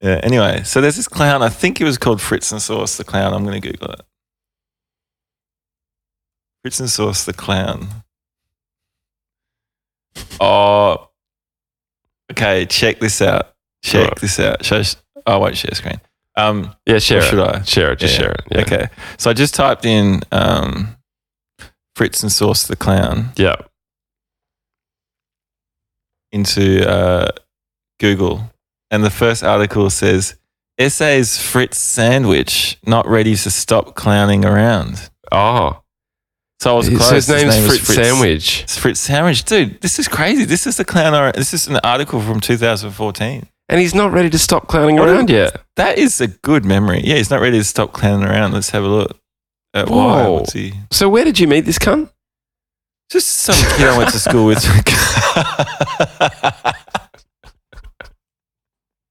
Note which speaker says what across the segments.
Speaker 1: Yeah. Anyway, so there's this clown. I think he was called Fritz and Sauce the clown. I'm going to Google it. Fritz and Sauce the clown. Oh. Okay. Check this out. Check
Speaker 2: Alright.
Speaker 1: this out. Should I, sh- I won't share screen. Um,
Speaker 2: Yeah, share
Speaker 1: or
Speaker 2: it.
Speaker 1: should I?
Speaker 2: Share it. Just
Speaker 1: Yeah.
Speaker 2: share it. Yeah.
Speaker 1: Okay. So I just typed in um, Fritz and Sauce the clown
Speaker 2: Yeah.
Speaker 1: into uh, Google, and the first article says, "Essay's Fritz sandwich not ready to stop clowning around."
Speaker 2: Oh.
Speaker 1: So I was close.
Speaker 2: So his name's
Speaker 1: name is
Speaker 2: Fritz, Sandwich.
Speaker 1: It's Fritz Sandwich, dude. This is crazy. This is the clown. ar- This is an article from 2014.
Speaker 2: And he's not ready to stop clowning
Speaker 1: What a-
Speaker 2: around yet.
Speaker 1: That is a good memory. Yeah, he's not ready to stop clowning around. Let's have a look. At why?
Speaker 2: Whoa.
Speaker 1: What's he?
Speaker 2: So where did you meet this cunt?
Speaker 1: Just some kid I went to school with.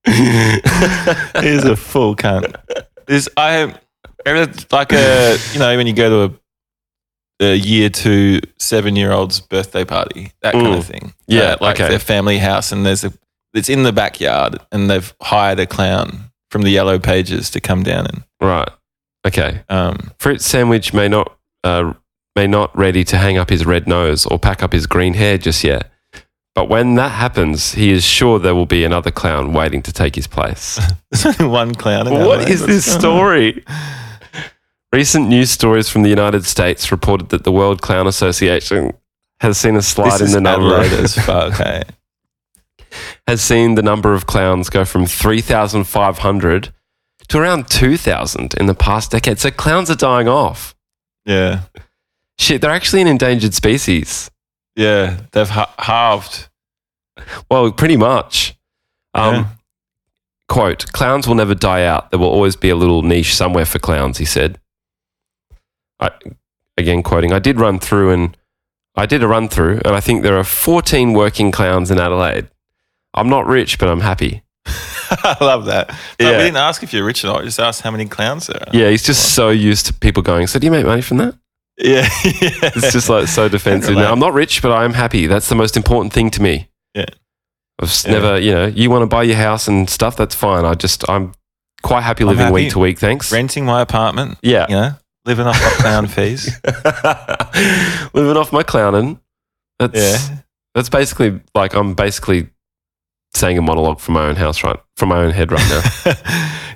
Speaker 1: He's a full cunt. This I ever- like a you know when you go to a, a year two seven year old's birthday party that kind
Speaker 2: Mm.
Speaker 1: of thing. Uh,
Speaker 2: Yeah, okay.
Speaker 1: family house and there's a it's in the backyard and they've hired a clown from the Yellow Pages to come down and
Speaker 2: Right. Okay.
Speaker 1: um
Speaker 2: Fritz Sandwich may not uh, may not ready to hang up his red nose or pack up his green hair just yet. But when that happens, he is sure there will be another clown waiting to take his place.
Speaker 1: there's only one clown. In
Speaker 2: what
Speaker 1: LA.
Speaker 2: is
Speaker 1: What's
Speaker 2: this
Speaker 1: going on?
Speaker 2: story? Recent news stories from the United States reported that the World Clown Association has seen a slide
Speaker 1: This
Speaker 2: in
Speaker 1: is
Speaker 2: the number
Speaker 1: Adelaide as fuck. Hey.
Speaker 2: has seen the number of clowns go from 3,500 to around 2,000 in the past decade. So clowns are dying off.
Speaker 1: Yeah.
Speaker 2: Shit, they're actually an endangered species.
Speaker 1: Yeah. They've ha- halved.
Speaker 2: Well, pretty much. Um,
Speaker 1: Yeah.
Speaker 2: Quote, clowns will never die out. There will always be a little niche somewhere for clowns, he said. I, again, quoting, I did run through and I did a run through, and I think there are 14 working clowns in Adelaide. I'm not rich, but I'm happy.
Speaker 1: I love that. No,
Speaker 2: Yeah.
Speaker 1: We didn't ask if you're rich or not. We just asked how many clowns there are.
Speaker 2: Yeah, he's just so used to people going, So do you make money from that?
Speaker 1: Yeah.
Speaker 2: It's just like so defensive
Speaker 1: Relate.
Speaker 2: now. I'm not rich, but I am happy. That's the most important thing to me.
Speaker 1: Yeah.
Speaker 2: I've s-
Speaker 1: Yeah.
Speaker 2: never, you know, you want to buy your house and stuff, that's fine. I just, I'm quite happy
Speaker 1: I'm
Speaker 2: living
Speaker 1: happy.
Speaker 2: week to week. Thanks.
Speaker 1: renting my apartment,
Speaker 2: yeah.
Speaker 1: you know, living off my clown fees.
Speaker 2: living off my clowning.
Speaker 1: Yeah.
Speaker 2: That's, that's basically like, I'm basically saying a monologue from my own house, right? From my own head right now.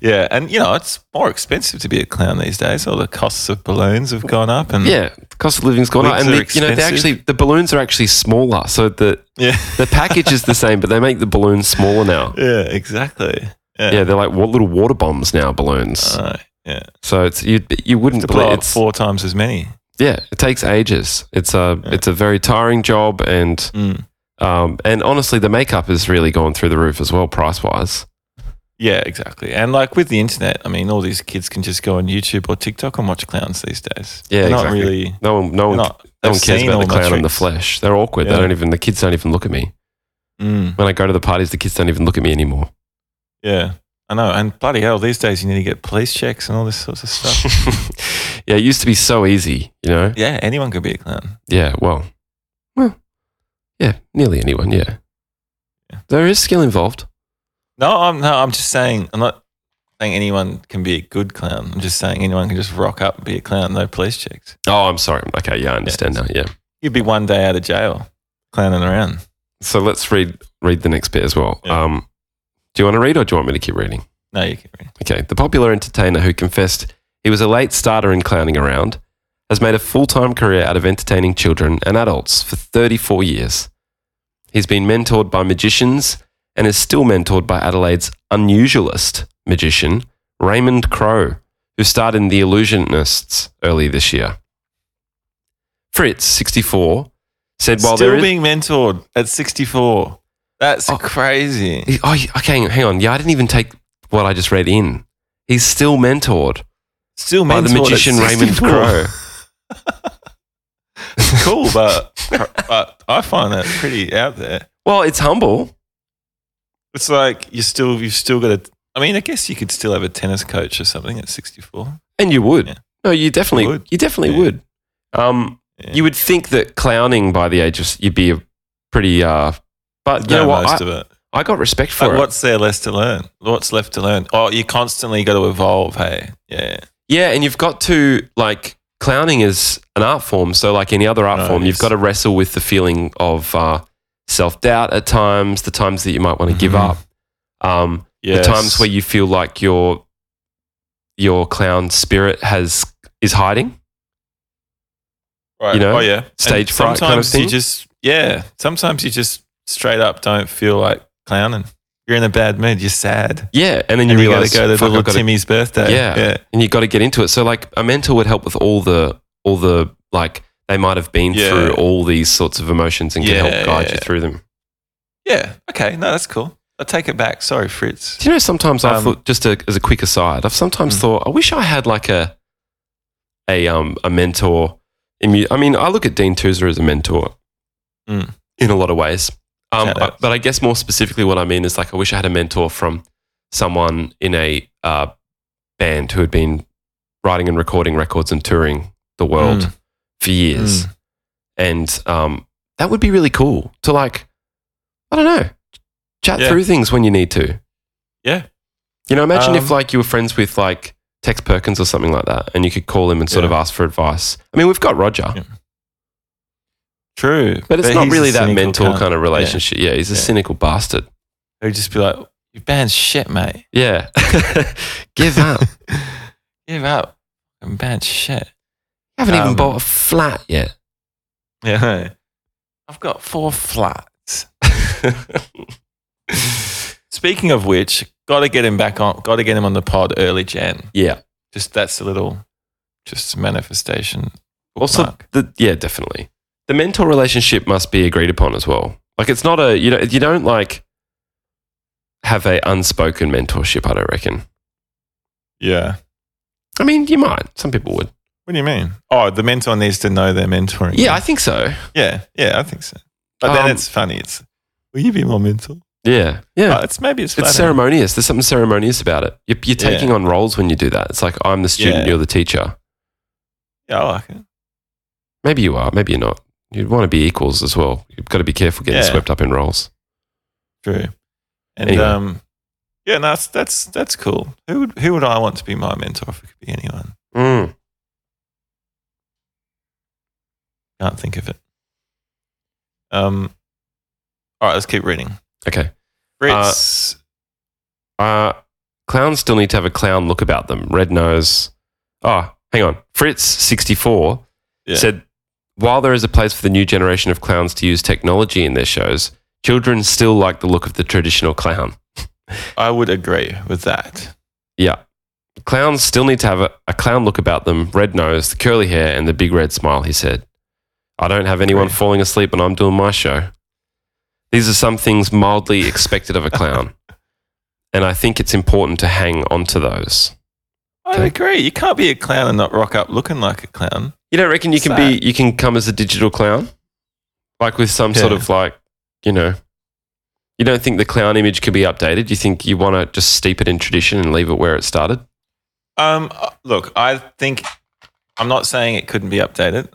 Speaker 1: yeah. And, you know, it's more expensive to be a clown these days. All the costs of balloons have gone up. And
Speaker 2: yeah. the Cost of living's gone up.
Speaker 1: Wigs
Speaker 2: And,
Speaker 1: are
Speaker 2: the, you know, they
Speaker 1: expensive.
Speaker 2: actually, the balloons are actually smaller. So the,
Speaker 1: Yeah.
Speaker 2: the package is the same, but they make the balloons smaller now.
Speaker 1: Yeah, exactly. Yeah.
Speaker 2: Yeah, they're like what little water bombs now balloons.
Speaker 1: Uh,
Speaker 2: so it's you you wouldn't
Speaker 1: to blow
Speaker 2: believe
Speaker 1: up
Speaker 2: it's
Speaker 1: four times as many.
Speaker 2: yeah. It takes ages. It's a
Speaker 1: Yeah.
Speaker 2: it's a very tiring job, and
Speaker 1: Mm.
Speaker 2: um and honestly, the makeup has really gone through the roof as well, price wise.
Speaker 1: Yeah, exactly. And like with the internet, I mean, all these kids can just go on YouTube or TikTok and watch clowns these days.
Speaker 2: Yeah,
Speaker 1: They're not
Speaker 2: exactly.
Speaker 1: really.
Speaker 2: No one no
Speaker 1: they're
Speaker 2: one
Speaker 1: Not,
Speaker 2: no
Speaker 1: they've
Speaker 2: one cares
Speaker 1: seen
Speaker 2: about the
Speaker 1: all my
Speaker 2: clown in the
Speaker 1: tricks.
Speaker 2: flesh. They're awkward.
Speaker 1: Yeah.
Speaker 2: They don't even the kids don't even look at me
Speaker 1: Mm,
Speaker 2: when I go to the parties. The kids don't even look at me anymore.
Speaker 1: yeah, I know. And bloody hell, these days you need to get police checks and all this sorts of stuff.
Speaker 2: yeah, it used to be so easy, you know.
Speaker 1: yeah, anyone could be a clown.
Speaker 2: Yeah, well, well, yeah, nearly anyone. Yeah,
Speaker 1: Yeah.
Speaker 2: there is skill involved.
Speaker 1: No, I'm no, I'm just saying. I'm not saying anyone can be a good clown. I'm just saying anyone can just rock up and be a clown, no police checks.
Speaker 2: Oh, I'm sorry. Okay, yeah, I understand now. Yeah.
Speaker 1: You'd be one day out of jail, clowning around.
Speaker 2: So let's read read the next bit as well.
Speaker 1: Yeah.
Speaker 2: Um, do you want to read or do you want me to keep reading?
Speaker 1: No, you can.
Speaker 2: Okay. The popular entertainer who confessed he was a late starter in clowning around has made a full time career out of entertaining children and adults for 34 years. He's been mentored by magicians and is still mentored by Adelaide's unusualist magician, Raymond Crow, who starred in The Illusionists early this year. Fritz, 64, said while there
Speaker 1: Still
Speaker 2: is.
Speaker 1: being mentored at 64. That's
Speaker 2: Oh.
Speaker 1: crazy.
Speaker 2: He- Oh, he- okay. hang- Hang on. Yeah, I didn't even take what I just read in. He's still mentored
Speaker 1: Still mentored
Speaker 2: by the
Speaker 1: at
Speaker 2: magician Raymond
Speaker 1: 64.
Speaker 2: Crow.
Speaker 1: cool, but but I find that pretty out there.
Speaker 2: Well, it's humble.
Speaker 1: It's like you still you've still got to. I mean, I guess you could still have a tennis coach or something at sixty four.
Speaker 2: And you would.
Speaker 1: Yeah.
Speaker 2: No, you definitely
Speaker 1: would.
Speaker 2: you definitely
Speaker 1: Yeah.
Speaker 2: would. Um,
Speaker 1: Yeah.
Speaker 2: You would think that clowning by the age of, you'd be a pretty, uh, but you know
Speaker 1: know
Speaker 2: what?
Speaker 1: most
Speaker 2: I,
Speaker 1: of it.
Speaker 2: I got respect for
Speaker 1: Like,
Speaker 2: it.
Speaker 1: what's there less to learn? What's left to learn? Oh, you constantly got to evolve. Hey, yeah,
Speaker 2: Yeah, and you've got to like clowning is an art form. So like any other art
Speaker 1: Nice.
Speaker 2: form, you've got to wrestle with the feeling of uh, self doubt at times, the times that you might want to give
Speaker 1: Mhm.
Speaker 2: up, um,
Speaker 1: yeah.
Speaker 2: the times where you feel like your your clown spirit has is hiding.
Speaker 1: right.
Speaker 2: you know,
Speaker 1: oh yeah,
Speaker 2: stage
Speaker 1: And
Speaker 2: fright kind of
Speaker 1: Sometimes
Speaker 2: thing.
Speaker 1: you just yeah. Sometimes you just straight up don't feel like clowning. You're in a bad mood. You're sad.
Speaker 2: Yeah, and then
Speaker 1: And
Speaker 2: you,
Speaker 1: you, got
Speaker 2: realize
Speaker 1: to go to
Speaker 2: "Fuck, I've
Speaker 1: little
Speaker 2: gotta
Speaker 1: Timmy's birthday.
Speaker 2: Yeah.
Speaker 1: yeah.
Speaker 2: and you got to get into it. So like a mentor would help with all the all the like they might have been
Speaker 1: Yeah.
Speaker 2: through all these sorts of emotions and can
Speaker 1: Yeah,
Speaker 2: help guide
Speaker 1: yeah.
Speaker 2: you through them.
Speaker 1: Yeah. Okay. No, that's cool. I'll take it back. Sorry, Fritz.
Speaker 2: Do you know sometimes I
Speaker 1: Um,
Speaker 2: thought just a, as a quick aside, I've sometimes
Speaker 1: Mm.
Speaker 2: thought I wish I had like a a um a mentor. In mu- I mean, I look at Dean Toozer as a mentor
Speaker 1: Mm.
Speaker 2: in a lot of ways. Um,
Speaker 1: Shout
Speaker 2: I-
Speaker 1: outs.
Speaker 2: but I guess more specifically, what I mean is like I wish I had a mentor from someone in a uh, band who had been writing and recording records and touring the world
Speaker 1: Mm.
Speaker 2: for years, and um, that would be really cool to like. I don't know, chat
Speaker 1: Yeah.
Speaker 2: through things when you need to.
Speaker 1: Yeah.
Speaker 2: You know, imagine if
Speaker 1: Um,
Speaker 2: like you were friends with like Tex Perkins or something like that, and you could call him and sort of
Speaker 1: Yeah.
Speaker 2: ask for advice. I mean, we've got Roger,
Speaker 1: Yeah. True.
Speaker 2: but it's not
Speaker 1: he's
Speaker 2: really
Speaker 1: a
Speaker 2: that
Speaker 1: cynical
Speaker 2: mentor
Speaker 1: cunt.
Speaker 2: kind of relationship. Yeah, he's a
Speaker 1: Yeah.
Speaker 2: cynical bastard.
Speaker 1: He'd just be like, "Your band's shit, mate.
Speaker 2: Yeah, give up. you
Speaker 1: Give up. Your band's shit."
Speaker 2: haven't even
Speaker 1: Um,
Speaker 2: bought a flat yet.
Speaker 1: Yeah. I've got four flats. Speaking of which, got to get him back on. Got to get him on the pod early, Jan.
Speaker 2: yeah.
Speaker 1: Just that's a little, just a manifestation.
Speaker 2: Also,
Speaker 1: bookmark.
Speaker 2: the, yeah, definitely. The mentor relationship must be agreed upon as well. Like, it's not a you know you don't like have a unspoken mentorship. I don't reckon.
Speaker 1: yeah.
Speaker 2: I mean, you might. Some people would.
Speaker 1: What do you mean? Oh, the mentor needs to know they're mentoring.
Speaker 2: Yeah, I think so.
Speaker 1: Yeah, yeah, I think so. But then
Speaker 2: Um,
Speaker 1: it's funny. It's will you be more mental?
Speaker 2: Yeah, yeah.
Speaker 1: But it's maybe it's
Speaker 2: It's
Speaker 1: flattering.
Speaker 2: ceremonious. There's something ceremonious about it. You're, you're
Speaker 1: Yeah.
Speaker 2: taking on roles when you do that. It's like I'm the student,
Speaker 1: Yeah.
Speaker 2: you're the teacher.
Speaker 1: Yeah, I like it.
Speaker 2: Maybe you are, maybe you're not. You'd want to be equals as well. You've got to be careful getting
Speaker 1: Yeah.
Speaker 2: swept up in roles.
Speaker 1: True. And
Speaker 2: Anyway.
Speaker 1: um, yeah, no, that's that's that's cool. Who would who would I want to be my mentor if it could be anyone?
Speaker 2: Mm.
Speaker 1: Can't think of it. Um, all right, let's keep reading.
Speaker 2: Okay.
Speaker 1: Fritz,
Speaker 2: Uh, clowns still need to have a clown look about them. Red nose. Oh, hang on. Fritz, 64,
Speaker 1: Yeah.
Speaker 2: said while there is a place for the new generation of clowns to use technology in their shows, children still like the look of the traditional clown. Uh,
Speaker 1: I would agree with that.
Speaker 2: Yeah. Clowns still need to have a, a clown look about them red nose, the curly hair, and the big red smile, he said. I don't have anyone
Speaker 1: Agree.
Speaker 2: falling asleep when I'm doing my show. These are some things mildly expected of a clown. And I think it's important to hang on to those.
Speaker 1: I
Speaker 2: Okay.
Speaker 1: agree. You can't be a clown and not rock up looking like a clown.
Speaker 2: You don't reckon you can
Speaker 1: Sad.
Speaker 2: be you can come as a digital clown? Like with some sort
Speaker 1: Yeah.
Speaker 2: of like, you know. You don't think the clown image could be updated? You think you want to just steep it in tradition and leave it where it started?
Speaker 1: Um, uh, look, I think I'm not saying it couldn't be updated,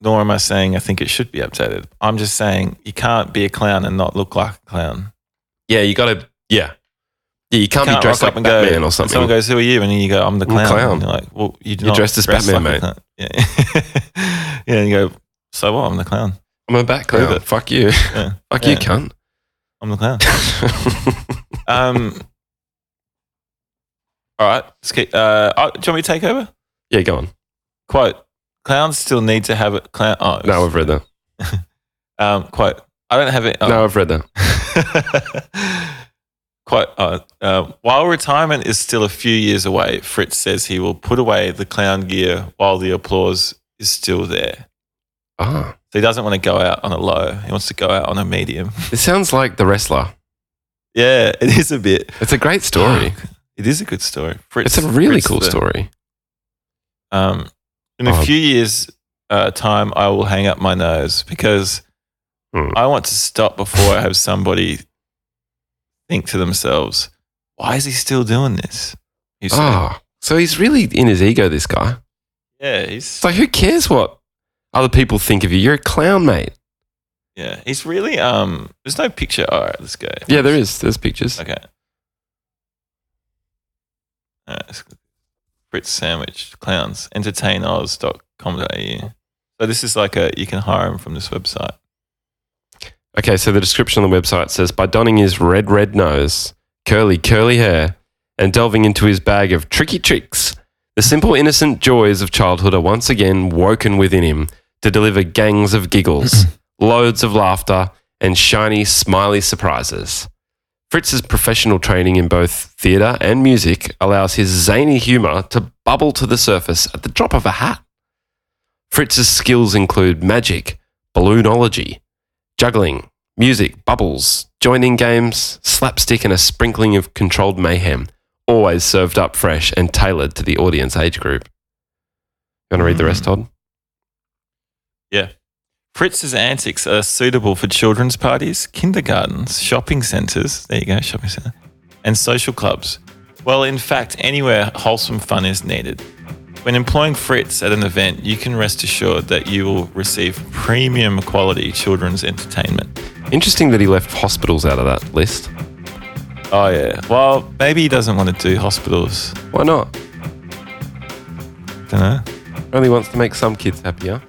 Speaker 1: nor am I saying I think it should be updated. I'm just saying you can't be a clown and not look like a clown.
Speaker 2: Yeah, you got to. Yeah, yeah. You can't,
Speaker 1: You
Speaker 2: be dressed like Batman or
Speaker 1: and
Speaker 2: something.
Speaker 1: someone goes, "Who are you?" and then you go, "I'm the
Speaker 2: I'm a
Speaker 1: clown."
Speaker 2: clown.
Speaker 1: And you're like, "Well, you
Speaker 2: You're dressed as Batman,
Speaker 1: mate." Yeah, yeah. And you go, "So what? I'm the clown.
Speaker 2: I'm a bat
Speaker 1: Prove
Speaker 2: clown.
Speaker 1: it.
Speaker 2: Fuck you.
Speaker 1: Yeah.
Speaker 2: Fuck you,
Speaker 1: Yeah.
Speaker 2: cunt.
Speaker 1: I'm the clown." Um, all right, let's keep, uh, oh, do you want me to take over?
Speaker 2: yeah, go on.
Speaker 1: Quote: Clowns still need to have a clown. Oh, it was-
Speaker 2: No, I've read that.
Speaker 1: Um, quote: I don't have it. oh.
Speaker 2: No, I've read that.
Speaker 1: Quite. Uh, uh, while retirement is still a few years away, Fritz says he will put away the clown gear while the applause is still there.
Speaker 2: Ah,
Speaker 1: So he doesn't want to go out on a low. He wants to go out on a medium.
Speaker 2: it sounds like the wrestler.
Speaker 1: Yeah, it is a bit.
Speaker 2: It's a great story.
Speaker 1: It is a good story. Fritz,
Speaker 2: It's a really
Speaker 1: Fritz
Speaker 2: cool
Speaker 1: the-
Speaker 2: story.
Speaker 1: Um, in a
Speaker 2: Oh.
Speaker 1: few years' uh, time, I will hang up my nose because
Speaker 2: Hmm.
Speaker 1: I want to stop before I have somebody think to themselves, "Why is he still doing this?" You say.
Speaker 2: Ah, so he's really in his ego. This guy.
Speaker 1: yeah,
Speaker 2: It's
Speaker 1: he's
Speaker 2: like, who cares what other people think of you? You're a clown, mate.
Speaker 1: Yeah, he's really um. There's no picture. All right, let's go.
Speaker 2: Yeah, there is. There's pictures.
Speaker 1: Okay. All right, let's go. Brit sandwich clowns entertainoz.com.au. So this is like a you can hire him from this website.
Speaker 2: Okay, so the description on the website says by donning his red, red nose, curly, curly hair, and delving into his bag of tricky tricks, the simple, innocent joys of childhood are once again woken within him to deliver gangs of giggles, loads of laughter, and shiny, smiley surprises. Fritz's professional training in both theatre and music allows his zany humour to bubble to the surface at the drop of a hat. Fritz's skills include magic, balloonology, juggling, music, bubbles, joining games, slapstick, and a sprinkling of controlled mayhem, always served up fresh and tailored to the audience age group. You want to read the rest, Todd?
Speaker 1: Fritz's antics are suitable for children's parties, kindergartens, shopping centres. There you go, shopping centre, and social clubs. Well, in fact, anywhere wholesome fun is needed. When employing Fritz at an event, you can rest assured that you will receive premium quality children's entertainment.
Speaker 2: Interesting that he left hospitals out of that list.
Speaker 1: Oh yeah. Well, maybe he doesn't want to do hospitals.
Speaker 2: Why not?
Speaker 1: Don't know.
Speaker 2: Only wants to make some kids happier.